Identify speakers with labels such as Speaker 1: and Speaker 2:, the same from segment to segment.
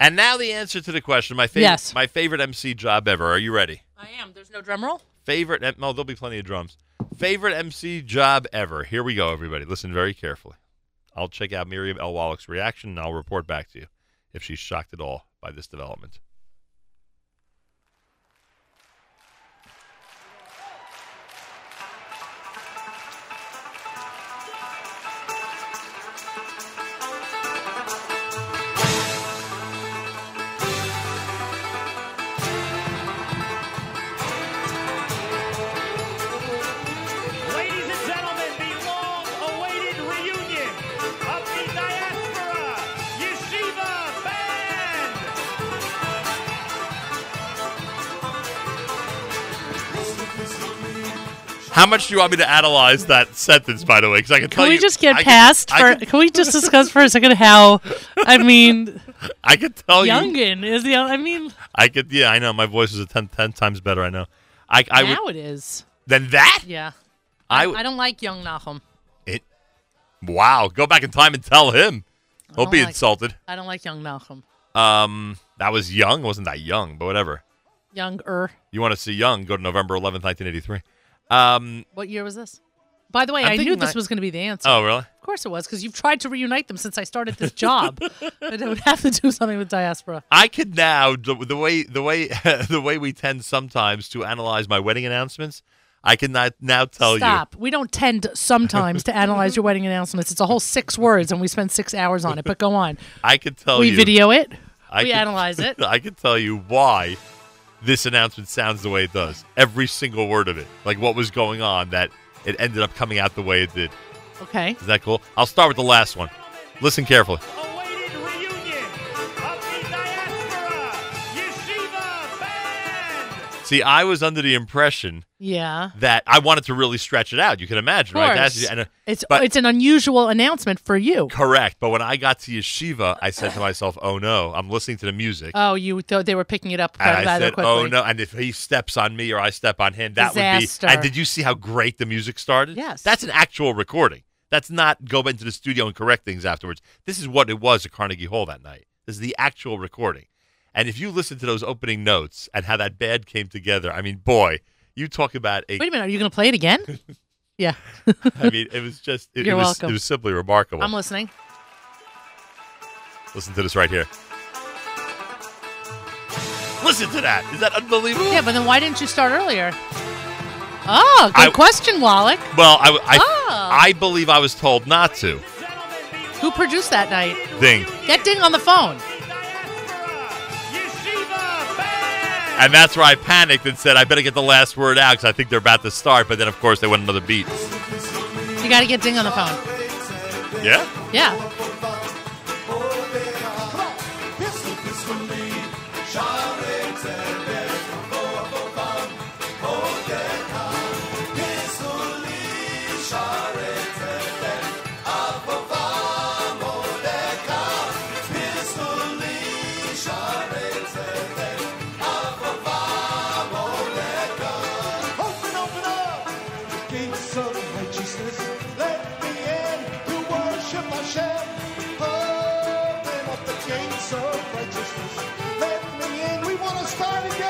Speaker 1: And now the answer to the question, my favorite,
Speaker 2: Yes.
Speaker 1: my favorite MC job ever. Are you ready?
Speaker 2: I am. There's no drum roll.
Speaker 1: Favorite? em- No, there'll be plenty of drums. Favorite MC job ever. Here we go, everybody. Listen very carefully. I'll check out Miriam L. Wallach's reaction, and I'll report back to you if she's shocked at all by this development.
Speaker 3: Ladies and gentlemen, the long-awaited reunion of the Diaspora Yeshiva Band.
Speaker 1: How much do you want me to analyze that sentence, by the way? Because I can tell
Speaker 2: Can we
Speaker 1: you-
Speaker 2: just get
Speaker 1: I can-
Speaker 2: past?
Speaker 1: I
Speaker 2: for,
Speaker 1: can-
Speaker 2: can we just discuss for a second how? I mean,
Speaker 1: I could tell you.
Speaker 2: Youngin is the. I mean,
Speaker 1: I could. Yeah, I know. My voice is a ten, 10 times better. I know. I, I would.
Speaker 2: now it is.
Speaker 1: Than that.
Speaker 2: Yeah,
Speaker 1: I
Speaker 2: I
Speaker 1: would.
Speaker 2: don't like young Nahum.
Speaker 1: It, wow. Go back in time and tell him. He'll
Speaker 2: don't
Speaker 1: be
Speaker 2: like-
Speaker 1: insulted.
Speaker 2: Oh, I don't like young Nahum.
Speaker 1: Um, that was young. Wasn't that young? But whatever.
Speaker 2: Younger.
Speaker 1: You want to see young? Go to November eleventh, nineteen eighty-three. Um.
Speaker 2: What year was this? By the way,
Speaker 1: I'm
Speaker 2: i knew
Speaker 1: thinking
Speaker 2: this
Speaker 1: like-
Speaker 2: was going to be the answer.
Speaker 1: Oh, really?
Speaker 2: Of course it was, because you've tried to reunite them since I started this job. but it would have to do something with diaspora.
Speaker 1: I could now the, the way the way the way we tend sometimes to analyze my wedding announcements. I can not now tell you.
Speaker 2: Stop. We don't tend sometimes to analyze your wedding announcements. It's a whole six words, and we spend six hours on it. But go on.
Speaker 1: I could tell
Speaker 2: we
Speaker 1: you.
Speaker 2: video it.
Speaker 1: I
Speaker 2: we
Speaker 1: could-
Speaker 2: analyze it.
Speaker 1: I can tell you why this announcement sounds the way it does. Every single word of it. Like what was going on that it ended up coming out the way it did.
Speaker 2: Okay.
Speaker 1: Is that cool? I'll start with the last one. Listen carefully.
Speaker 3: Awaited reunion of the Diaspora Yeshiva Band.
Speaker 1: See, I was under the impression
Speaker 2: Yeah. Of
Speaker 1: that I wanted to really stretch it out. You can imagine, right?
Speaker 2: course.
Speaker 1: and, uh,
Speaker 2: it's
Speaker 1: but-
Speaker 2: it's an unusual announcement for you.
Speaker 1: correct. But when I got to Yeshiva, I said to myself, "Oh no, I'm listening to the music."
Speaker 2: Oh, you thought they were picking it up
Speaker 1: and I
Speaker 2: rather
Speaker 1: said,
Speaker 2: quickly.
Speaker 1: "Oh no!" And if he steps on me or I step on him, that
Speaker 2: Disaster.
Speaker 1: would be. And did you see how great the music started?
Speaker 2: Yes.
Speaker 1: that's an actual recording. That's not go into the studio and correct things afterwards. This is what it was at Carnegie Hall that night. This is the actual recording. And if you listen to those opening notes and how that band came together, I mean, boy, you talk about a.
Speaker 2: Wait a minute. Are you going to play it again? yeah.
Speaker 1: I mean, it was just. It, it
Speaker 2: You're
Speaker 1: was,
Speaker 2: welcome.
Speaker 1: It was simply remarkable.
Speaker 2: I'm listening.
Speaker 1: Listen to this right here. Listen to that. Is that unbelievable?
Speaker 2: Yeah, but then why didn't you start earlier? Oh, good
Speaker 1: I-
Speaker 2: question, Wallach.
Speaker 1: Well, I, w- I-
Speaker 2: Oh.
Speaker 1: I believe I was told not to.
Speaker 3: Gentlemen, the
Speaker 2: Who produced that night?
Speaker 1: Ding.
Speaker 2: Get ding on the phone.
Speaker 3: Diaspora Yeshiva Band.
Speaker 1: And that's where I panicked and said, I better get the last word out because I think they're about to start. But then, of course, they went another beat.
Speaker 2: You got to get ding on the phone.
Speaker 1: Yeah?
Speaker 2: Yeah. Oh,
Speaker 4: Open, open up the gates of righteousness. Let me in to worship Hashem. Open up the gates of righteousness. Let me in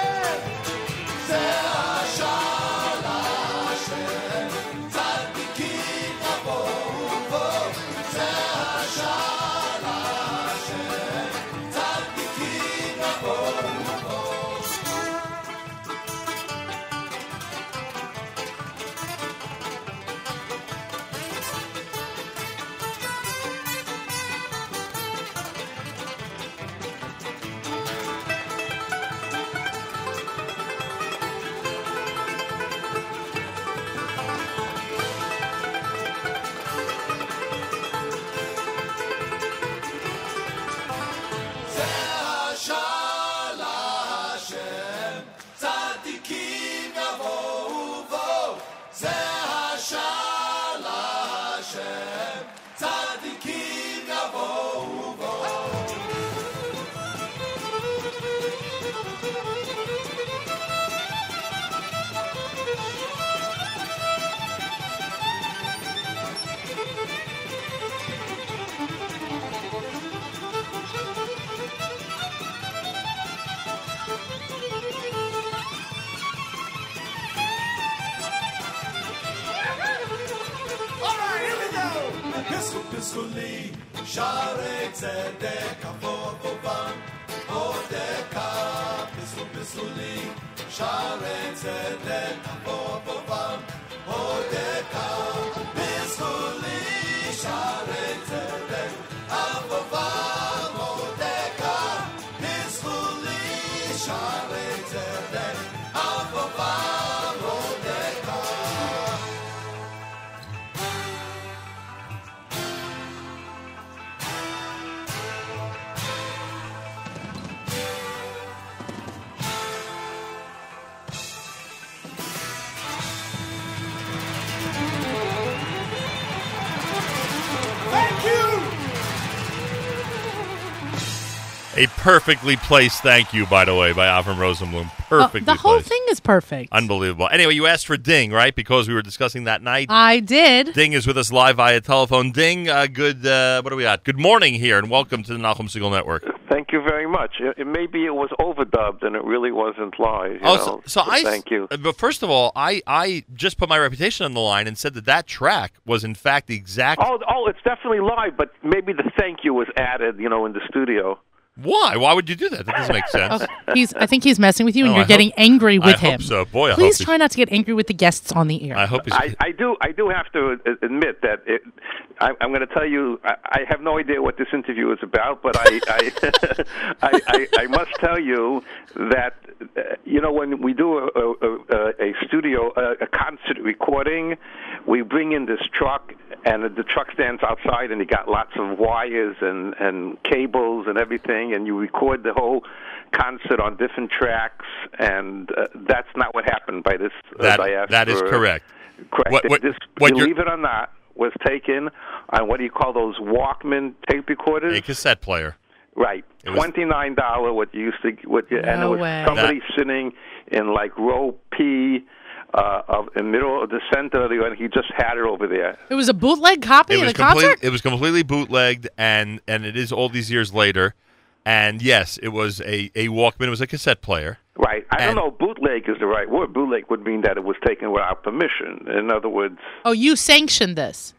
Speaker 4: וסולי, שערי צדק, אפור ובן, עודקה וסול וסולי, שערי צדק, אפור ובן, עודקה וסולי, שערי צדק, אפור ובן, עודקה וסולי, שערי צדק, אפור ובן, עודקה Thank you!
Speaker 1: A perfectly placed thank you, by the way, by Avram Rosenblum.
Speaker 2: Uh,
Speaker 1: Perfectly
Speaker 2: the whole
Speaker 1: placed.
Speaker 2: thing is perfect.
Speaker 1: Unbelievable. Anyway, you asked for Ding, right? Because we were discussing that night.
Speaker 2: I did.
Speaker 1: Ding is with us live via telephone. Ding, uh, good. Uh, what are we at? Good morning here, and welcome to the Nahum Single Network.
Speaker 5: Thank you very much. It, it, maybe it was overdubbed and it really wasn't live. you
Speaker 1: oh,
Speaker 5: know.
Speaker 1: so, so I.
Speaker 5: thank you.
Speaker 1: uh, But first of all, I I just put my reputation on the line and said that that track was in fact the exact.
Speaker 5: Oh, oh, it's definitely live, but maybe the thank you was added, you know, in the studio.
Speaker 1: Why? Why would you do that? That doesn't make sense.
Speaker 2: Oh, he's. I think he's messing with you, and
Speaker 1: Oh,
Speaker 2: you're
Speaker 1: I
Speaker 2: getting
Speaker 1: hope-
Speaker 2: angry with
Speaker 1: I
Speaker 2: him.
Speaker 1: hope so. Boy, I
Speaker 2: Please
Speaker 1: hope
Speaker 2: try not to get angry with the guests on the air.
Speaker 1: I hope he's.
Speaker 5: I, I do, I do have to a- admit that it, I, I'm going to tell you, I, I have no idea what this interview is about, but I, I, I, I, I must tell you that, uh, you know, when we do a, a, a, a studio, a, a concert recording, we bring in this truck, and the truck stands outside, and you got lots of wires and and cables and everything, and you record the whole concert on different tracks, and uh, that's not what happened by this. uh,
Speaker 1: That-
Speaker 5: Diaspora.
Speaker 1: that is correct.
Speaker 5: Correct.
Speaker 1: What- what-
Speaker 5: this,
Speaker 1: what you're-
Speaker 5: believe it or not, was taken on what do you call those Walkman tape recorders?
Speaker 1: a cassette player.
Speaker 5: Right,
Speaker 1: It was-
Speaker 5: twenty nine dollar. What you used to, what you, and it
Speaker 2: No
Speaker 5: was
Speaker 2: way.
Speaker 5: somebody sitting in like row P, uh, of in middle of the center of the, and he just had it over there.
Speaker 2: it was a bootleg copy
Speaker 1: It
Speaker 2: of
Speaker 1: was
Speaker 2: the concert.
Speaker 1: complete, It was completely bootlegged, and and it is all these years later. And yes, it was a a Walkman. It was a cassette player.
Speaker 5: Right. I
Speaker 1: And-
Speaker 5: don't know. Bootleg is the right word. Bootleg would mean that it was taken without permission. In other words,
Speaker 2: Oh, you sanctioned this.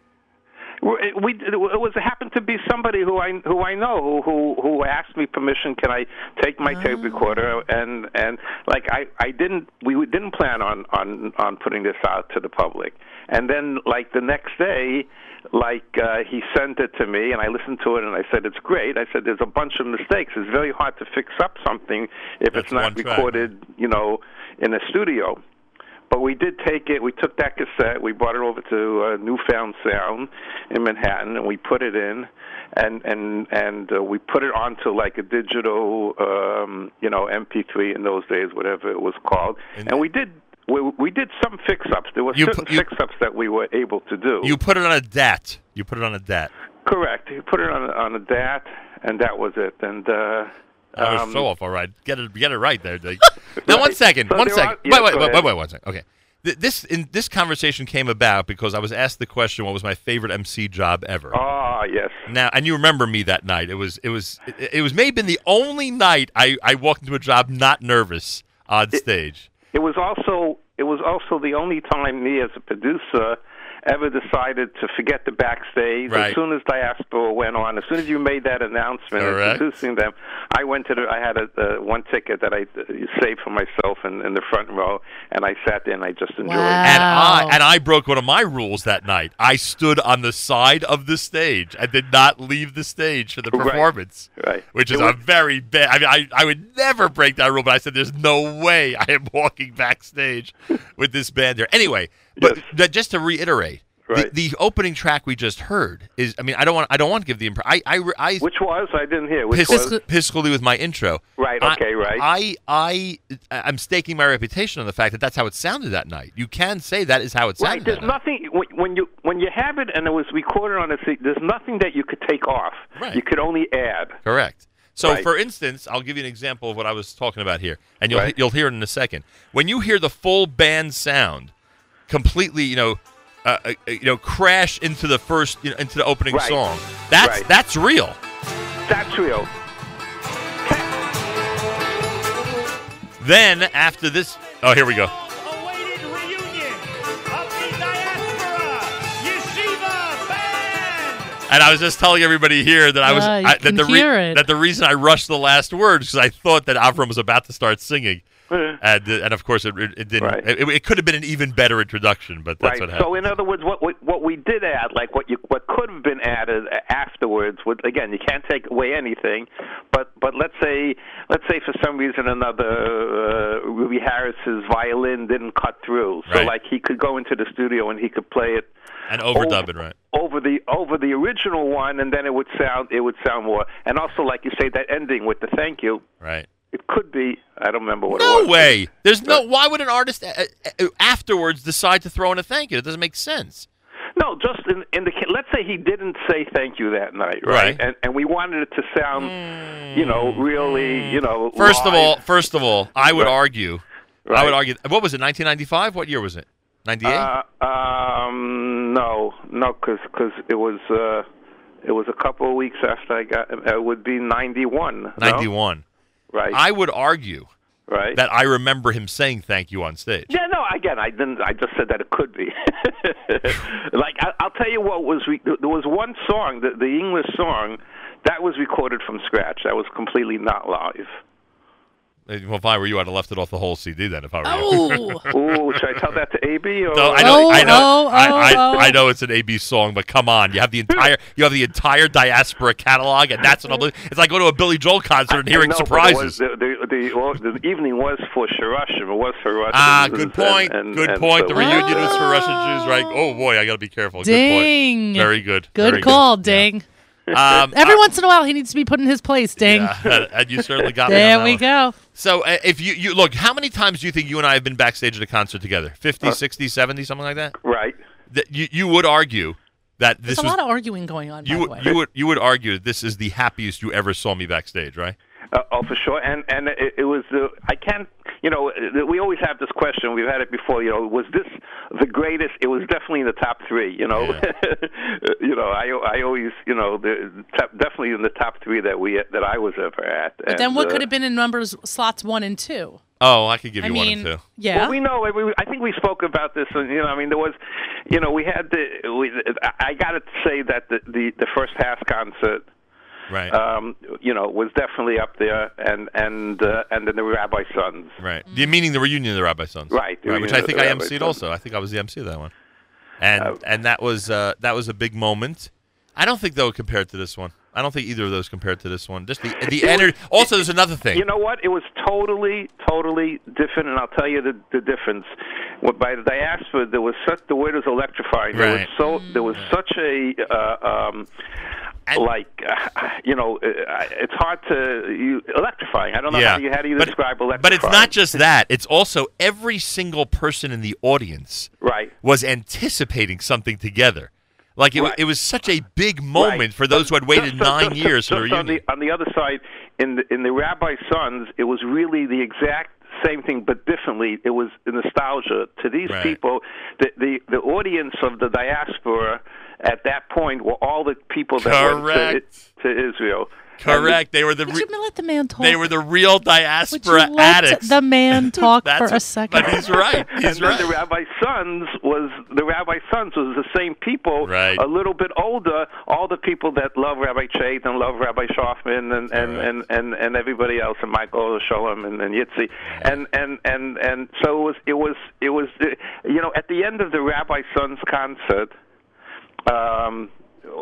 Speaker 5: we we- it was it happened to be somebody who I who I know who who, who asked me permission. Can I take
Speaker 1: Ah.
Speaker 5: my tape recorder and and like I I didn't we didn't plan on on on putting this out to the public. And then like the next day, like uh, he sent it to me and I listened to it and I said it's great. I said there's a bunch of mistakes. It's very hard to fix up something if
Speaker 1: That's
Speaker 5: it's not
Speaker 1: one track.
Speaker 5: recorded, you know, in a studio. But we did take it. We took that cassette. We brought it over to uh, Newfound Sound in Manhattan, and we put it in, and and and uh, we put it onto like a digital, um, you know, MP3 in those days, whatever it was called.
Speaker 1: And-
Speaker 5: And, we did we, we did some fix ups. There were
Speaker 1: You
Speaker 5: certain
Speaker 1: pu- you-
Speaker 5: fix ups that we were able to do.
Speaker 1: You put it on a DAT. You put it on a DAT.
Speaker 5: Correct. You put it on on a DAT, and that was it. And uh,
Speaker 1: That was
Speaker 5: um,
Speaker 1: so off. All right, get it, get it right there. Like, now, one
Speaker 5: Right.
Speaker 1: second,
Speaker 5: So
Speaker 1: one
Speaker 5: there
Speaker 1: second.
Speaker 5: are- yeah,
Speaker 1: wait, wait,
Speaker 5: go
Speaker 1: wait,
Speaker 5: ahead.
Speaker 1: wait, wait, one second. Okay, Th- this in this conversation came about because I was asked the question, "What was my favorite MC job ever?"
Speaker 5: ah yes.
Speaker 1: Now, and you remember me that night. It was, it was, it, it was may have been the only night I I walked into a job not nervous on stage.
Speaker 5: It was also it was also the only time me as a producer ever decided to forget the backstage.
Speaker 1: Right.
Speaker 5: As soon as Diaspora went on, as soon as you made that announcement
Speaker 1: Correct.
Speaker 5: introducing them, I went to the, I had a, uh, one ticket that I uh, saved for myself in, in the front row, and I sat there and I just enjoyed.
Speaker 2: Wow.
Speaker 5: it.
Speaker 1: And I
Speaker 2: Wow.
Speaker 1: and I broke one of my rules that night. I stood on the side of the stage and did not leave the stage for the
Speaker 5: Right.
Speaker 1: performance.
Speaker 5: Right.
Speaker 1: Which is
Speaker 5: It was-
Speaker 1: a very bad. I mean, I, I would never break that rule, but I said there's no way I am walking backstage with this band there. Anyway, but
Speaker 5: Yes.
Speaker 1: that- just to reiterate,
Speaker 5: Right.
Speaker 1: the, the opening track we just heard is. I mean, I don't want. I don't want to give the impression. I I, re- I
Speaker 5: Which was I didn't hear. Which
Speaker 1: Piss,
Speaker 5: was
Speaker 2: Pisco-
Speaker 1: Piscally with my intro.
Speaker 5: Right,
Speaker 1: I-
Speaker 5: okay, right.
Speaker 1: I, I, I'm staking my reputation on the fact that that's how it sounded that night. You can say that is how it sounded.
Speaker 5: Right. There's
Speaker 1: that night.
Speaker 5: nothing when, when you when you have it and it was recorded on a C. There's nothing that you could take off.
Speaker 1: Right.
Speaker 5: You could only add.
Speaker 1: Correct. So,
Speaker 5: Right.
Speaker 1: for instance, I'll give you an example of what I was talking about here, and you'll
Speaker 5: Right.
Speaker 1: you'll hear it in a second. When you hear the full band sound, completely, you know, uh, uh, you know, crash into the first, you know, into the opening
Speaker 5: Right.
Speaker 1: song. That's
Speaker 5: Right.
Speaker 1: that's real.
Speaker 5: That's real.
Speaker 1: Then after this, oh, here we go.
Speaker 3: Awaited reunion of the diaspora yeshiva band.
Speaker 1: And I was just telling everybody here that I was
Speaker 2: Ah, you
Speaker 1: I, that
Speaker 2: can
Speaker 1: the
Speaker 2: hear it.
Speaker 1: that the reason I rushed the last words because I thought that Avram was about to start singing, and uh, and of course it it didn't.
Speaker 5: Right.
Speaker 1: It, it could have been an even better introduction, but that's
Speaker 5: right.
Speaker 1: what happened.
Speaker 5: so in other words, what, what what we did add, like what you what could have been added afterwards, would, again, you can't take away anything, but but let's say let's say for some reason or another, uh, Ruby Harris's violin didn't cut through, so
Speaker 1: Right.
Speaker 5: like he could go into the studio and he could play it
Speaker 1: and overdub it, right?
Speaker 5: over the over the original one, and then it would sound it would sound more. And also, like you say, that ending with the thank you,
Speaker 1: Right.
Speaker 5: it could be I don't remember what. it
Speaker 1: No
Speaker 5: was.
Speaker 1: way. There's no. Why would an artist uh, uh, afterwards decide to throw in a thank you? It doesn't make sense.
Speaker 5: No, just in, in the ca- let's say he didn't say thank you that night, right?
Speaker 1: Right. Hmm.
Speaker 5: And and we wanted it to sound, you know, really, you know.
Speaker 1: First of
Speaker 5: live.
Speaker 1: all, first of all, I would
Speaker 5: Right.
Speaker 1: argue. I would
Speaker 5: Right.
Speaker 1: argue. What was it? 1995. What year was it? 98.
Speaker 5: uh, um, no, no, because it was uh, it was a couple of weeks after I got. It would be ninety one.
Speaker 1: 91.
Speaker 5: Right.
Speaker 1: I would argue
Speaker 5: right.
Speaker 1: that I remember him saying thank you on stage.
Speaker 5: Yeah, no. Again, I didn't. I just said that it could be. like I, I'll tell you what was. Re- there was one song, the, the English song, that was recorded from scratch. That was completely not live.
Speaker 1: Uh, Well, if I were you, I'd have left it off the whole CD then. If I were you,
Speaker 2: Oh,
Speaker 5: Ooh, should I tell that to AB? Or
Speaker 1: So I know,
Speaker 2: Oh,
Speaker 1: I know,
Speaker 2: oh,
Speaker 1: I,
Speaker 2: oh,
Speaker 1: I,
Speaker 2: oh.
Speaker 1: I know it's an AB song, but come on, you have the entire, you have the entire diaspora catalog, and that's an obli- It's like going to a Billy Joel concert and hearing
Speaker 5: No, but it was-
Speaker 1: surprises.
Speaker 5: the, the, the, well, the evening was for Shirashim. It was for Russian.
Speaker 1: Ah, good point. good point. the
Speaker 2: Ah.
Speaker 1: reunion was for Russian Jews, right? Oh boy, I got to be careful. Good
Speaker 2: ding.
Speaker 1: point. Very good.
Speaker 2: Good
Speaker 1: Very
Speaker 2: call, Ding.
Speaker 1: Good. Um,
Speaker 2: Every once in a while, he needs to be put in his place, Ding.
Speaker 1: yeah, and you certainly got me on
Speaker 2: There
Speaker 1: that
Speaker 2: we
Speaker 1: one.
Speaker 2: go.
Speaker 1: So uh, if you, you look, how many times do you think you and I have been backstage at a concert together?
Speaker 5: Uh,
Speaker 1: 50, 60, 70, something like that?
Speaker 5: Right.
Speaker 1: that you, you would argue that this
Speaker 2: There's a
Speaker 1: was
Speaker 2: lot of arguing going on.
Speaker 1: you
Speaker 2: by the
Speaker 1: would
Speaker 2: way.
Speaker 1: you would you would argue that this is the happiest you ever saw me backstage, right?
Speaker 5: Uh, oh, for sure. And and it, it was the I can't. You know, uh, we always have this question. We've had it before. You know, was this the greatest? It was definitely in the top three. You know, you know, I I always you know the top, definitely in the top three that we that I was ever at. uh,
Speaker 2: But then what could have been in numbers slots one and two?
Speaker 1: Oh, I could give
Speaker 2: I
Speaker 1: you
Speaker 2: mean,
Speaker 1: one and two.
Speaker 2: yeah.
Speaker 5: Well, we know. I mean, I think we spoke about this, and you know, I mean, there was, you know, we had the. We, I got to say that the, the the first half concert,
Speaker 1: Right.
Speaker 5: um, you know, was definitely up there, and and uh, and then the Rabbi Sons.
Speaker 1: right. The
Speaker 2: Mm.
Speaker 1: meaning the reunion of the Rabbi Sons.
Speaker 5: Right, the
Speaker 1: which
Speaker 5: reunion
Speaker 1: I
Speaker 5: of
Speaker 1: think
Speaker 5: the
Speaker 1: I
Speaker 5: Rabbi
Speaker 1: emceed
Speaker 5: Sons.
Speaker 1: also. I think I was the MC of that one. And and that was uh, that was a big moment. I don't think though compared to this one. I don't think either of those compared to this one. Just the the energy. Also, there's another thing.
Speaker 5: You know what? It was totally, totally different, and I'll tell you the, the difference. What- By the diaspora, there was such the word was electrifying. There was
Speaker 1: Right.
Speaker 5: so there was such a uh, um,
Speaker 1: And-
Speaker 5: like uh, you know, uh, it's hard to you, electrifying. I don't know how do you how do you
Speaker 1: but,
Speaker 5: describe electrifying.
Speaker 1: But it's not just that. It's also every single person in the audience
Speaker 5: Right.
Speaker 1: was anticipating something together. Like it, wa-
Speaker 5: Right.
Speaker 1: it was such a big moment for those who had waited
Speaker 5: Just-
Speaker 1: nine
Speaker 5: just-
Speaker 1: years
Speaker 5: just
Speaker 1: for the reunion.
Speaker 5: on the, on the other side, in the, in the Rabbi Sons, it was really the exact same thing, but differently. It was the nostalgia to these
Speaker 1: Right.
Speaker 5: people. The, the the audience of the diaspora at that point were all the people that went
Speaker 1: Correct.
Speaker 5: to, to Israel.
Speaker 1: Correct. They were the
Speaker 2: Would
Speaker 1: re-
Speaker 2: you let the man talk?
Speaker 1: they were the real
Speaker 2: Would you
Speaker 1: diaspora
Speaker 2: let
Speaker 1: addicts.
Speaker 2: the man talk
Speaker 1: That's
Speaker 2: for a
Speaker 1: what-
Speaker 2: second?
Speaker 1: But he's right.
Speaker 5: And
Speaker 1: He's
Speaker 5: then the
Speaker 1: right.
Speaker 5: Rabbi Sons was the Rabbi Sons was the same people,
Speaker 1: Right.
Speaker 5: a little bit older. All the people that love Rabbi Chait and love Rabbi Schaffman and and,
Speaker 1: Correct.
Speaker 5: and, and, and everybody else, and Michael Sholem and, and Yitzi, and, and and and so it was it was it was uh, you know at the end of the Rabbi Sons concert, um,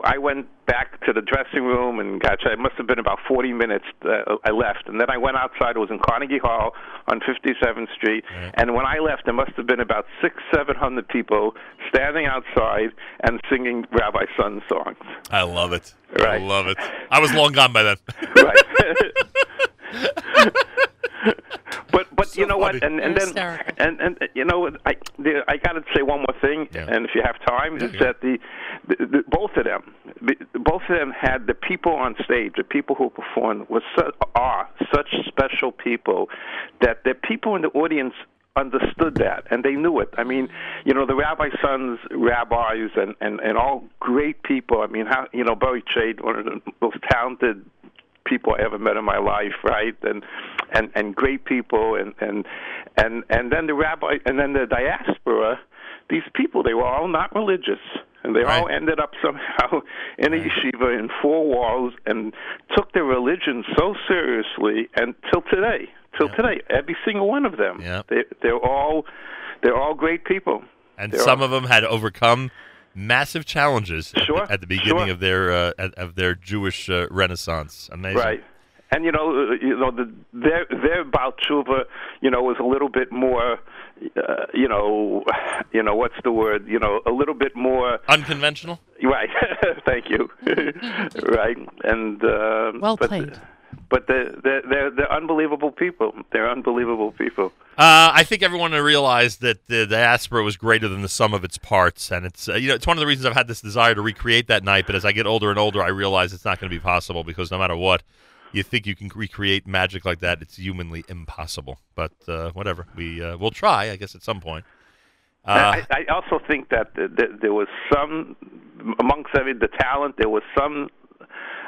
Speaker 5: I went back to the dressing room and gotcha. It must have been about 40 minutes. Uh, I left, and then I went outside. It was in Carnegie Hall on 57th Street, and when I left, there must have been about six, seven hundred people standing outside and singing Rabbi Sun songs.
Speaker 1: I love it.
Speaker 5: Right.
Speaker 1: I love it. I was long gone by then.
Speaker 5: Right. But but you
Speaker 1: So
Speaker 5: know what
Speaker 1: funny.
Speaker 5: and and
Speaker 2: You're
Speaker 5: then
Speaker 2: hysterical.
Speaker 5: and and you know I the, I got to say one more thing
Speaker 1: Yeah.
Speaker 5: and if you have time is
Speaker 1: yeah.
Speaker 5: that the, the, the both of them the, both of them had the people on stage the people who performed was su- are such special people that the people in the audience understood that and they knew it i mean you know the rabbi sons rabbis and and and all great people i mean how you know Barry Chait, one of the most talented people I ever met in my life, right? And and and great people, and and and and then the rabbi, and then the diaspora. These people, they were all not religious. and they all
Speaker 1: Right.
Speaker 5: ended up somehow in a yeshiva in four walls and took their religion so seriously and till today till today every single one of them
Speaker 1: Yeah.
Speaker 5: they, they're all they're all great people
Speaker 1: and
Speaker 5: They're
Speaker 1: some
Speaker 5: all-
Speaker 1: of them had overcome massive challenges at the-
Speaker 5: Sure,
Speaker 1: at, the, beginning
Speaker 5: sure.
Speaker 1: of their uh, at, of their Jewish uh, Renaissance. Amazing,
Speaker 5: Right. And you know, uh, you know, the, their their Balchuva, you know, was a little bit more, uh, you know, you know, what's the word? You know, a little bit more.
Speaker 1: Unconventional.
Speaker 5: Right. Thank you. right. And uh,
Speaker 2: Well
Speaker 5: but,
Speaker 2: played.
Speaker 5: But they're, they're they're they're unbelievable people. They're unbelievable people.
Speaker 1: Uh, I think everyone realized that the diaspora was greater than the sum of its parts, and it's uh, you know it's one of the reasons I've had this desire to recreate that night. But as I get older and older, I realize it's not going to be possible because no matter what, you think you can recreate magic like that, it's humanly impossible. But uh, whatever, we uh, we'll try, I guess, at some point. Uh,
Speaker 5: I, I also think that th- th- there was some amongst every the talent. There was some,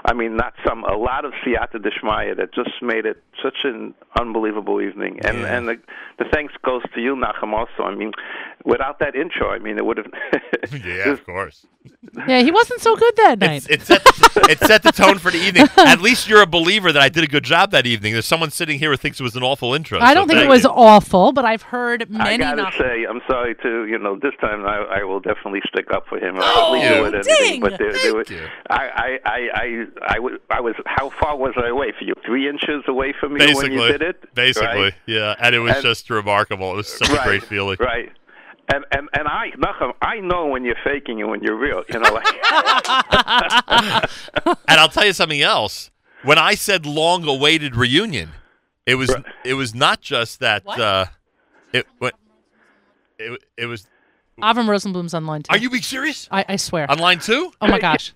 Speaker 5: I mean, not some, a lot of siyata dishmaya that just made it such an unbelievable evening. And
Speaker 1: Yeah.
Speaker 5: and the, the thanks goes to you, Nachum. Also, I mean, without that intro, I mean, it would have.
Speaker 1: yeah, of course.
Speaker 2: Yeah, he wasn't so good that night.
Speaker 1: It's, it, set the, it set the tone for the evening. At least you're a believer that I did a good job that evening. There's someone sitting here who thinks it was an awful intro.
Speaker 2: I
Speaker 1: so
Speaker 2: don't think it
Speaker 1: thank
Speaker 2: was
Speaker 1: you.
Speaker 2: awful, but I've heard
Speaker 5: I
Speaker 2: many.
Speaker 5: gotta
Speaker 2: knock-
Speaker 5: say, I'm sorry to you know. This time, I, I will definitely stick up for him. I'll leave you with
Speaker 2: dang.
Speaker 5: everything, but there, there was,
Speaker 1: Oh, you.
Speaker 5: I, I, I, I, I was, I was. How far was I away from you? Three inches away from you
Speaker 1: basically,
Speaker 5: when you did it.
Speaker 1: basically,
Speaker 5: Right?
Speaker 1: yeah. And it was
Speaker 5: And-
Speaker 1: just remarkable. It was such a great feeling.
Speaker 5: Right. And and and I, Nachum, I know when you're faking and when you're real. You know, like
Speaker 1: And I'll tell you something else. When I said long-awaited reunion, it was
Speaker 5: Right.
Speaker 1: it was not just that. Uh, it what it it was.
Speaker 2: Avram Rosenblum's on line too.
Speaker 1: Are you being serious?
Speaker 2: I, I swear.
Speaker 1: On line two?
Speaker 2: oh my gosh.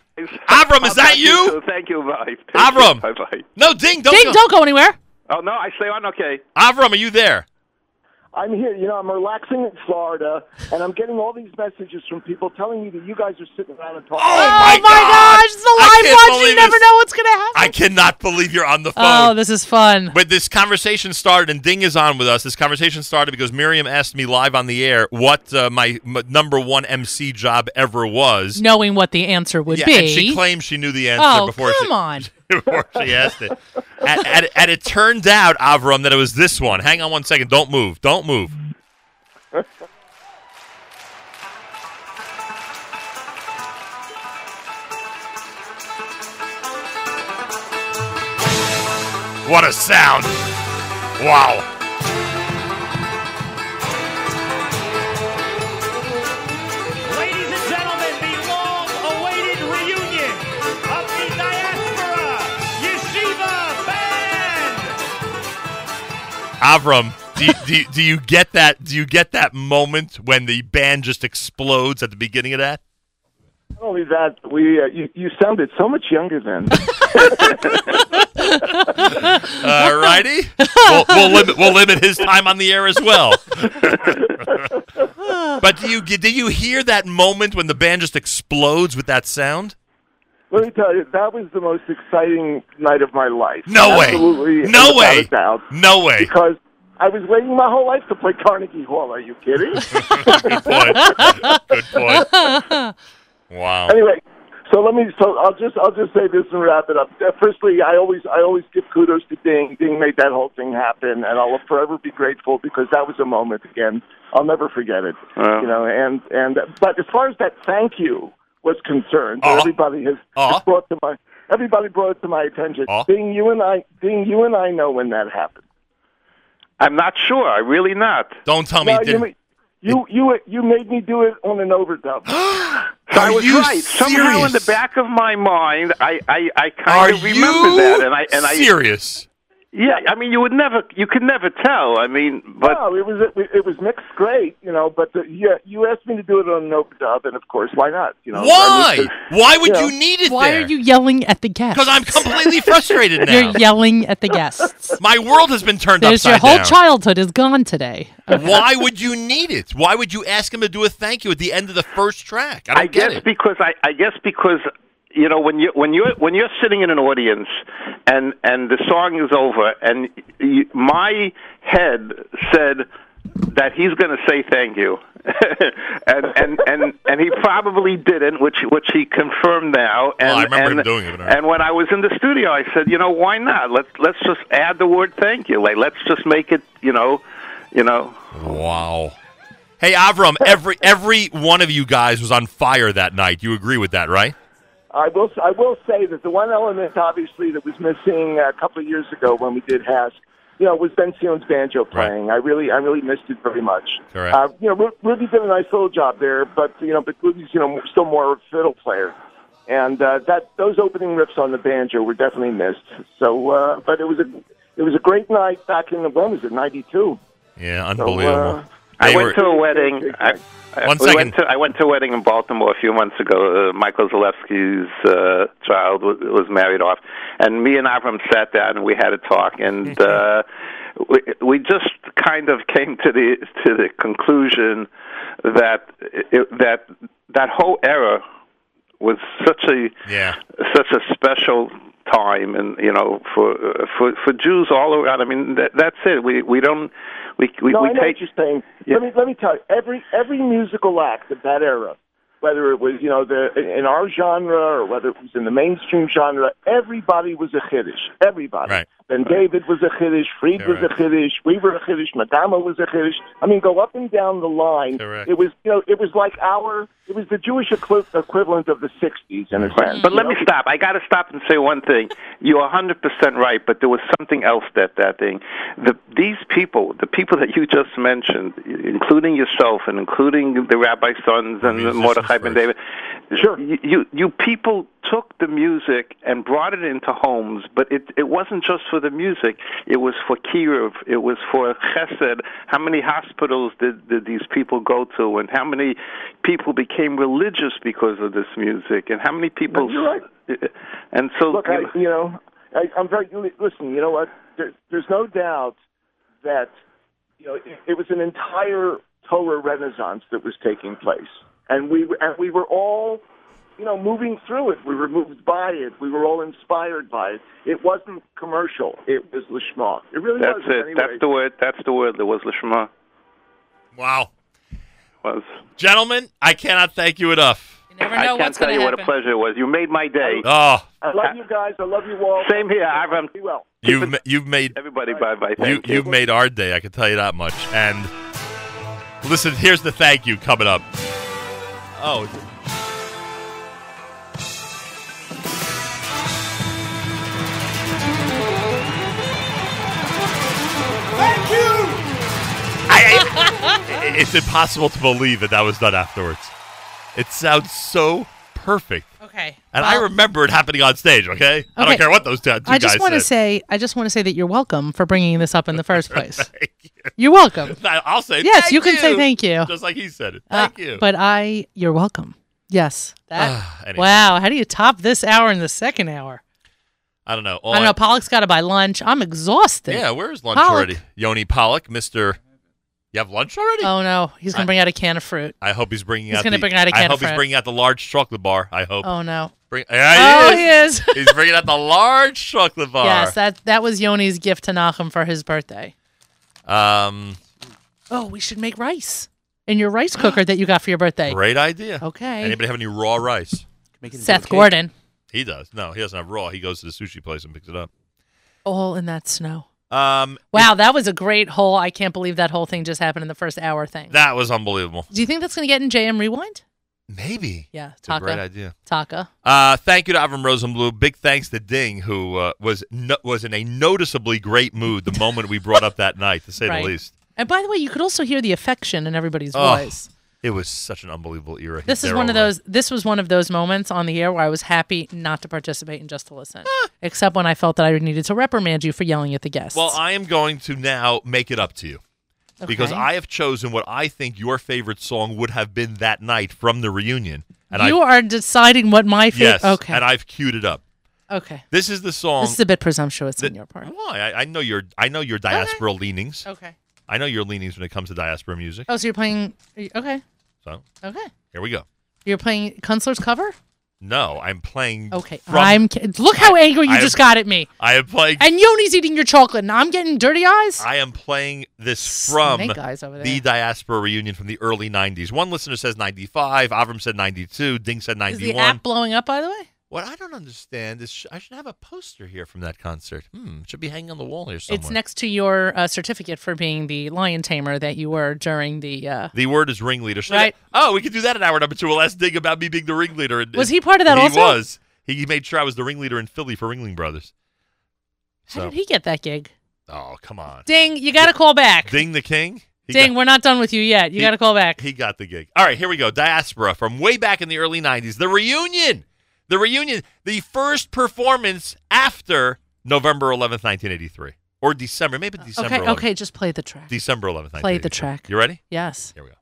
Speaker 1: Avram, is that you?
Speaker 5: Thank you, bye.
Speaker 1: Avram.
Speaker 5: Bye bye.
Speaker 1: No, ding, don't,
Speaker 2: Ding,
Speaker 1: go.
Speaker 2: don't go anywhere.
Speaker 5: Oh no, I say on. Okay.
Speaker 1: Avram, are you there?
Speaker 6: I'm here. You know, I'm relaxing in Florida, and I'm getting all these messages from people telling me that you guys are sitting around and talking.
Speaker 1: Oh,
Speaker 2: oh my
Speaker 1: God.
Speaker 2: gosh, it's the
Speaker 1: I
Speaker 2: live
Speaker 1: can't
Speaker 2: watch. You
Speaker 1: believe
Speaker 2: never
Speaker 1: this.
Speaker 2: know what's gonna happen.
Speaker 1: I cannot believe you're on the phone.
Speaker 2: oh, this is fun.
Speaker 1: But this conversation started, and Ding is on with us. This conversation started because Miriam asked me live on the air what uh, my m- number one MC job ever was.
Speaker 2: Knowing what the answer would
Speaker 1: yeah,
Speaker 2: be.
Speaker 1: and she claimed she knew the answer
Speaker 2: oh,
Speaker 1: before,
Speaker 2: come
Speaker 1: she,
Speaker 2: on.
Speaker 1: before she asked it. And, and- and it turned out, Avram, that it was this one. Hang on one second. Don't move. Don't move. What a sound! Wow.
Speaker 3: Ladies and gentlemen, the long-awaited reunion of the Diaspora Yeshiva Band.
Speaker 1: Avram, do you, do, you, do you get that? Do you get that moment when the band just explodes at the beginning of that?
Speaker 6: Not only that, we uh, you, you sounded so much younger then.
Speaker 1: Alrighty, we'll, we'll limit we'll limit his time on the air as well. but do you do you hear that moment when the band just explodes with that sound?
Speaker 6: Let me tell you, that was the most exciting night of my life.
Speaker 1: No way!
Speaker 6: Absolutely,
Speaker 1: No
Speaker 6: without
Speaker 1: way!
Speaker 6: a doubt,
Speaker 1: No way!
Speaker 6: because I was waiting my whole life to play Carnegie Hall. Are you kidding?
Speaker 1: Good point. Good point. Wow.
Speaker 6: anyway, so let me. So I'll just I'll just say this and wrap it up. Uh, Firstly, I always I always give kudos to Ding. Ding made that whole thing happen, and I'll forever be grateful because that was a moment again. I'll never forget it.
Speaker 5: Wow.
Speaker 6: You know, and and but as far as that thank you was concerned,
Speaker 1: Aw.
Speaker 6: everybody has,
Speaker 1: Aw.
Speaker 6: has brought to my everybody brought it to my attention.
Speaker 1: Aw.
Speaker 6: Ding, you and I, Ding, you and I know when that happened.
Speaker 5: I'm not sure. I really not.
Speaker 1: Don't tell me. you
Speaker 6: No, you,
Speaker 1: didn't-
Speaker 6: ma- you you you made me do it on an overdub.
Speaker 5: So I
Speaker 1: Are
Speaker 5: was
Speaker 1: you
Speaker 5: right. Somehow in the
Speaker 1: serious?
Speaker 5: back of my mind, I I, I
Speaker 1: Are
Speaker 5: kind of remember
Speaker 1: you
Speaker 5: that, and I and I
Speaker 1: serious?
Speaker 5: yeah. I mean, you would never, you could never tell. I mean, but
Speaker 6: no, it was it, was mixed great, you know. But the, yeah, you asked me to do it on an open dub, and of course, why not? You know, I
Speaker 1: Why?
Speaker 6: mean, 'cause-
Speaker 1: Why would
Speaker 6: Yeah.
Speaker 1: you need it
Speaker 2: Why
Speaker 1: there?
Speaker 2: are you yelling at the guests?
Speaker 1: Because I'm completely frustrated now.
Speaker 2: You're yelling at the guests.
Speaker 1: My world has been turned
Speaker 2: There's your
Speaker 1: upside
Speaker 2: whole
Speaker 1: down.
Speaker 2: childhood is gone today.
Speaker 1: Why would you need it? Why would you ask him to do a thank you at the end of the first track? I don't
Speaker 5: I
Speaker 1: get
Speaker 5: guess
Speaker 1: it.
Speaker 5: because I, I guess because you know when you when you when you're sitting in an audience and and the song is over and y y my head said that he's going to say thank you and and and and he probably didn't, which which he confirmed now. And,
Speaker 1: Well, I remember
Speaker 5: and,
Speaker 1: him doing it, but I-
Speaker 5: And when I was in the studio, I said, you know, why not? Let's let's just add the word thank you. Like, let's just make it, you know, you know.
Speaker 1: Wow. Hey Avram, every every one of you guys was on fire that night. You agree with that, right?
Speaker 6: I will. I will say that the one element, obviously, that was missing a couple of years ago when we did Hask, you know, was Ben Sion's banjo playing. I really, I really missed it very much.
Speaker 1: Correct.
Speaker 6: Uh, you know, Ru- Rudy did a nice little job there, but you know, but Rudy's you know still more of a fiddle player, and uh, that those opening riffs on the banjo were definitely missed. So, uh, but it was a it was a great night back in the when was it ninety two?
Speaker 1: Yeah, unbelievable.
Speaker 5: uh, I
Speaker 1: They
Speaker 5: went
Speaker 1: were-
Speaker 5: to a wedding. I, I-
Speaker 1: One
Speaker 5: we
Speaker 1: second.
Speaker 5: Went to, I went to a wedding in Baltimore a few months ago. Uh, Michael Zalewski's uh, child was, was married off, and me and Avram sat down and we had a talk, and uh,
Speaker 1: Mm-hmm.
Speaker 5: we we just kind of came to the to the conclusion that it, that that whole era was such a
Speaker 1: Yeah.
Speaker 5: such a special time and you know for for for Jews all around I mean that, that's it we we don't we we,
Speaker 6: No,
Speaker 5: we
Speaker 6: I know
Speaker 5: take
Speaker 6: what you're saying.
Speaker 5: Yeah.
Speaker 6: Let me let me tell you. Every every musical act of that era, whether it was you know the in our genre or whether it was in the mainstream genre, everybody was a Kiddush. Everybody.
Speaker 1: Right.
Speaker 6: Ben David was a Kiddush. Fried was
Speaker 1: Correct.
Speaker 6: a Kiddush. We were a Kiddush. Madama was a Kiddush. I mean, go up and down the line.
Speaker 1: Correct.
Speaker 6: It was you know it was like our it was the Jewish equi- equivalent of the '60s in a sense.
Speaker 5: Mm-hmm. But let
Speaker 6: you
Speaker 5: me
Speaker 6: know?
Speaker 5: stop. I got to stop and say one thing. You're 100% right, but there was something else that that thing. The, these people, the people that you just mentioned, including yourself and including the rabbi's sons and
Speaker 1: Musicians
Speaker 5: Mordechai ben
Speaker 1: first.
Speaker 5: David, sure, you, you you people took the music and brought it into homes, but it it wasn't just for the music. It was for kiruv. It was for chesed. How many hospitals did, did these people go to, and how many people became religious because of this music, and how many people? Uh,
Speaker 6: you're right.
Speaker 5: And so,
Speaker 6: Look,
Speaker 5: you
Speaker 6: I,
Speaker 5: know-
Speaker 6: you know, I, I'm very li- listen. You know what? There, there's no doubt that you know it, it was an entire Torah renaissance that was taking place, and we were- and we were all you know moving through it. We were moved by it. We were all inspired by it. It wasn't commercial. It was lishma. It really
Speaker 5: that's
Speaker 6: was.
Speaker 5: it.
Speaker 6: Anyway.
Speaker 5: That's the word. That's the word. There was lishma.
Speaker 1: Wow.
Speaker 5: Was
Speaker 1: Gentlemen, I cannot thank you enough.
Speaker 2: You never
Speaker 5: I
Speaker 2: know
Speaker 5: can't
Speaker 2: what's
Speaker 5: tell
Speaker 2: going
Speaker 5: you
Speaker 2: to
Speaker 5: what a
Speaker 2: happen.
Speaker 5: pleasure it was. You made my day.
Speaker 1: Oh,
Speaker 6: I love you guys. I love you all.
Speaker 5: Same here, Avram.
Speaker 6: Be well.
Speaker 1: you've ma- you've made
Speaker 5: Everybody, bye bye.
Speaker 1: you,
Speaker 5: Thank you.
Speaker 1: you've made our day. I can tell you that much. And listen, here's the thank you coming up. Oh,
Speaker 4: Thank you!
Speaker 1: I- it's impossible to believe that that was done afterwards. It sounds so perfect.
Speaker 2: Okay.
Speaker 1: And I
Speaker 2: Well,
Speaker 1: remember it happening on stage, okay? I don't
Speaker 2: Okay.
Speaker 1: care what those two, two
Speaker 2: I just
Speaker 1: guys
Speaker 2: want to
Speaker 1: said.
Speaker 2: say, I just want to say that you're welcome for bringing this up in the first place.
Speaker 1: Thank you.
Speaker 2: You're welcome.
Speaker 1: I'll say
Speaker 2: Yes,
Speaker 1: thank
Speaker 2: you can say thank you.
Speaker 1: Just like he said it.
Speaker 2: Uh,
Speaker 1: Thank you.
Speaker 2: But uh, I, you're welcome. Yes. That.
Speaker 1: Ah, anyway,
Speaker 2: wow. How do you top this hour in the second hour?
Speaker 1: Oh, I don't know. All
Speaker 2: I don't know. Pollock's got to buy lunch. I'm exhausted.
Speaker 1: yeah, where is lunch
Speaker 2: Pollock.
Speaker 1: already? Yoni Pollock, Mr. You have lunch already?
Speaker 2: Oh no, he's gonna bring out a can of fruit.
Speaker 1: I hope he's bringing
Speaker 2: He's
Speaker 1: out
Speaker 2: gonna
Speaker 1: the,
Speaker 2: bring out a
Speaker 1: I
Speaker 2: can
Speaker 1: hope
Speaker 2: of
Speaker 1: he's
Speaker 2: Fran-
Speaker 1: bringing out the large chocolate bar. I hope.
Speaker 2: Oh no.
Speaker 1: Bring, yeah,
Speaker 2: oh,
Speaker 1: he is.
Speaker 2: he is.
Speaker 1: he's bringing out the large chocolate bar.
Speaker 2: yes, that that was Yoni's gift to Nachum for his birthday.
Speaker 1: um,
Speaker 2: Oh, we should make rice in your rice cooker that you got for your birthday.
Speaker 1: great idea.
Speaker 2: Okay.
Speaker 1: Anybody have any raw rice?
Speaker 7: Make it into a
Speaker 2: Seth
Speaker 7: cake.
Speaker 2: Gordon,
Speaker 1: He does. No, he doesn't have raw. He goes to the sushi place and picks it up.
Speaker 2: all in that snow.
Speaker 1: Um,
Speaker 2: Wow, that was a great whole. I can't believe that whole thing just happened in the first hour thing.
Speaker 1: that was unbelievable.
Speaker 2: Do you think that's going to get in JM Rewind?
Speaker 1: Maybe.
Speaker 2: Yeah,
Speaker 1: It's a great
Speaker 2: Taka.
Speaker 1: idea.
Speaker 2: Taka.
Speaker 1: Uh, thank you to Avram Rosenblum. Big thanks to Ding, who uh, was no- was in a noticeably great mood the moment we brought up that night, to say
Speaker 2: Right.
Speaker 1: the least.
Speaker 2: And by the way, you could also hear the affection in everybody's
Speaker 1: Oh,
Speaker 2: voice.
Speaker 1: It was such an unbelievable era. He's
Speaker 2: This is
Speaker 1: there
Speaker 2: one of
Speaker 1: all
Speaker 2: those. This was one of those moments on the air where I was happy not to participate and just to listen, except when I felt that I needed to reprimand you for yelling at the guests.
Speaker 1: the- Well, I am going to now make it up to you because
Speaker 2: Okay.
Speaker 1: I have chosen what I think your favorite song would have been that night from the reunion, and
Speaker 2: you
Speaker 1: I
Speaker 2: are deciding what my favorite.
Speaker 1: yes,
Speaker 2: okay.
Speaker 1: and I've queued it up.
Speaker 2: okay.
Speaker 1: This is the song.
Speaker 2: This is a bit presumptuous
Speaker 1: that-
Speaker 2: on your part.
Speaker 1: Why? I, I know your I know your diaspora leanings.
Speaker 2: Okay.
Speaker 1: I know your leanings when it comes to diaspora music.
Speaker 2: Oh, so you're playing? are you- Okay.
Speaker 1: So
Speaker 2: Okay.
Speaker 1: here we go.
Speaker 2: You're playing Kunstler's cover.
Speaker 1: No, I'm playing.
Speaker 2: Okay,
Speaker 1: from-
Speaker 2: I'm. ki- Look how angry you
Speaker 1: I-
Speaker 2: just got at me.
Speaker 1: I am playing.
Speaker 2: And Yoni's eating your chocolate, and I'm getting dirty eyes.
Speaker 1: I am playing this from
Speaker 2: Snake eyes over there.
Speaker 1: the diaspora reunion from the early 90s. One listener says 95, Avram said 92, Ding said
Speaker 2: Is the
Speaker 1: 91.
Speaker 2: app blowing up, by the way?
Speaker 1: what I don't understand is sh- I should have a poster here from that concert. Hmm, it should be hanging on the wall here somewhere.
Speaker 2: It's next to your uh, certificate for being the lion tamer that you were during the. Uh,
Speaker 1: The word is ringleader. Should
Speaker 2: Right.
Speaker 1: I- oh, we could do that in hour number two. We'll ask Dig about me being the ringleader. And,
Speaker 2: Was he part of that
Speaker 1: He
Speaker 2: also?
Speaker 1: was. He he made sure I was the ringleader in Philly for Ringling Brothers.
Speaker 2: how
Speaker 1: So-
Speaker 2: did he get that gig?
Speaker 1: Oh, come on.
Speaker 2: Ding, you got to call back. Ding,
Speaker 1: Ding the King? He got-
Speaker 2: we're not done with you yet. You
Speaker 1: He-
Speaker 2: got to call back.
Speaker 1: He got the gig. All right, here we go. Diaspora from way back in the early 90s. The reunion. The reunion. The first performance after November 11th, 1983. Or December. Maybe December
Speaker 2: Uh, okay,
Speaker 1: 11th.
Speaker 2: okay, just play the track.
Speaker 1: December 11th,
Speaker 2: Play the
Speaker 1: 1983.
Speaker 2: track.
Speaker 1: You ready?
Speaker 2: yes.
Speaker 1: Here we go.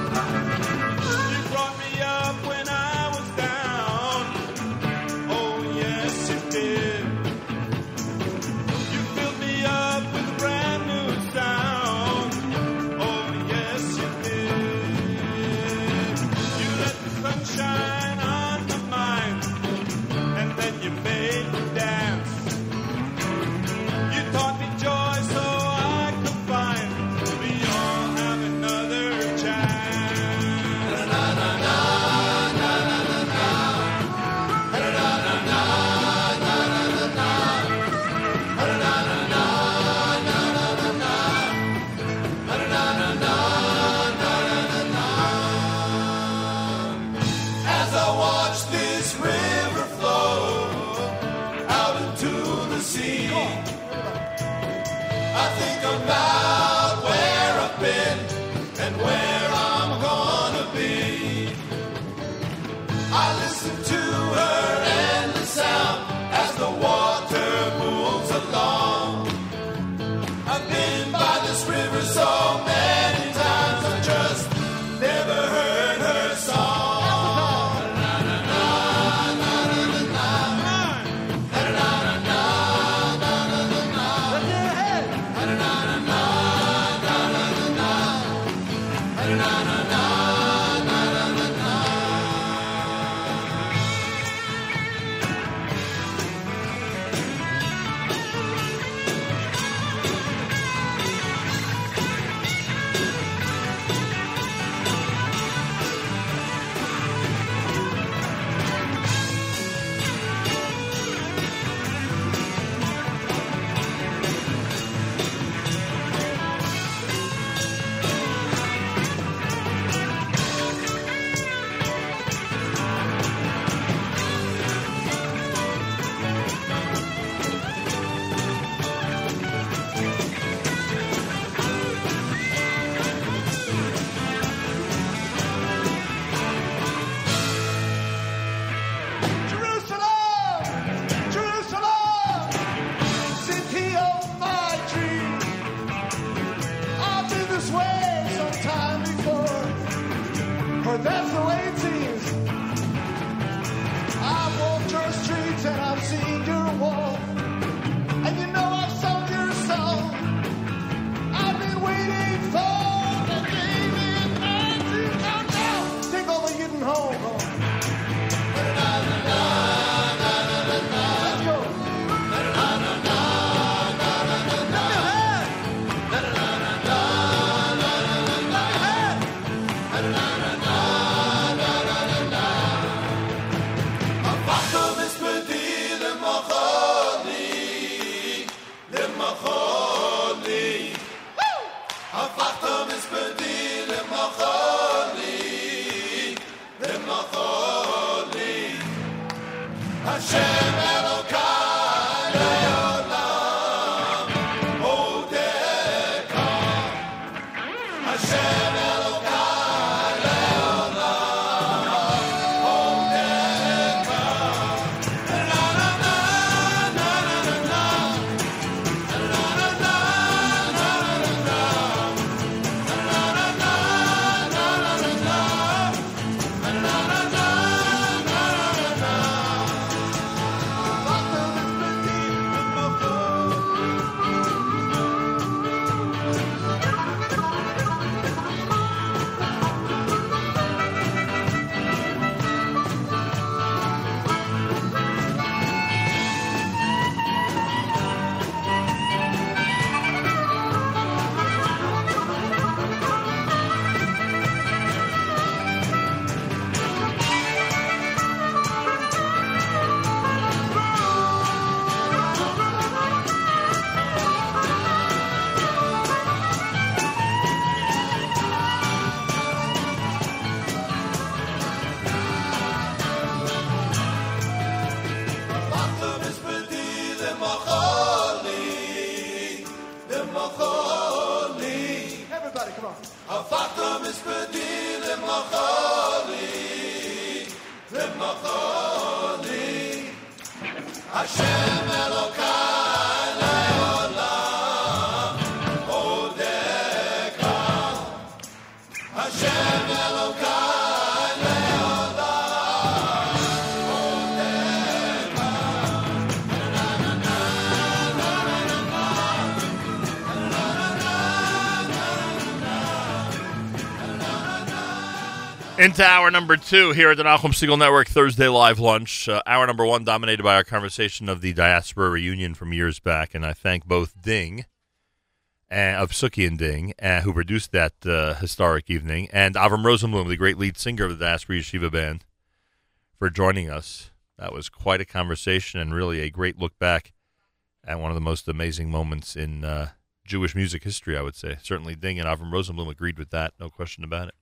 Speaker 4: She brought me up when I was down. Oh, yes, she did. You filled me up with a brand new sound. Oh, yes, you did. You let the sunshine on my mind, and then you made me dance. You taught me joy so I could find. We all have another chance. As I watch this river flow out into the sea, I think about where I've been and where I'm gonna be. I listen to her endless sound as the water moves along. I've been by this river so many times, I just never heard her song. Jerusalem, Jerusalem, city of my dream. I've been this way sometime before, or that's the way it seems. I've walked your streets and I've seen your wall, and you know I've sung your song. I've been waiting for the David man to come down, take over Hidden Home. Let's go. Hey! Macholi.
Speaker 7: Everybody, come on.
Speaker 4: Avata mispedi lemacholi. Lemacholi. Hashem Elokai leolam odeka. Hashem Elokai leolam
Speaker 1: Into hour number two here at the Nahum Siegel Network Thursday Live Lunch. Uh, hour number one dominated by our conversation of the diaspora reunion from years back, and I thank both Ding uh, of Suki and Ding, uh, who produced that uh, historic evening, and Avram Rosenblum, the great lead singer of the Diaspora Yeshiva Band, for joining us. That was quite a conversation and really a great look back at one of the most amazing moments in uh, Jewish music history, I would say. Certainly, Ding and Avram Rosenblum agreed with that, no question about it.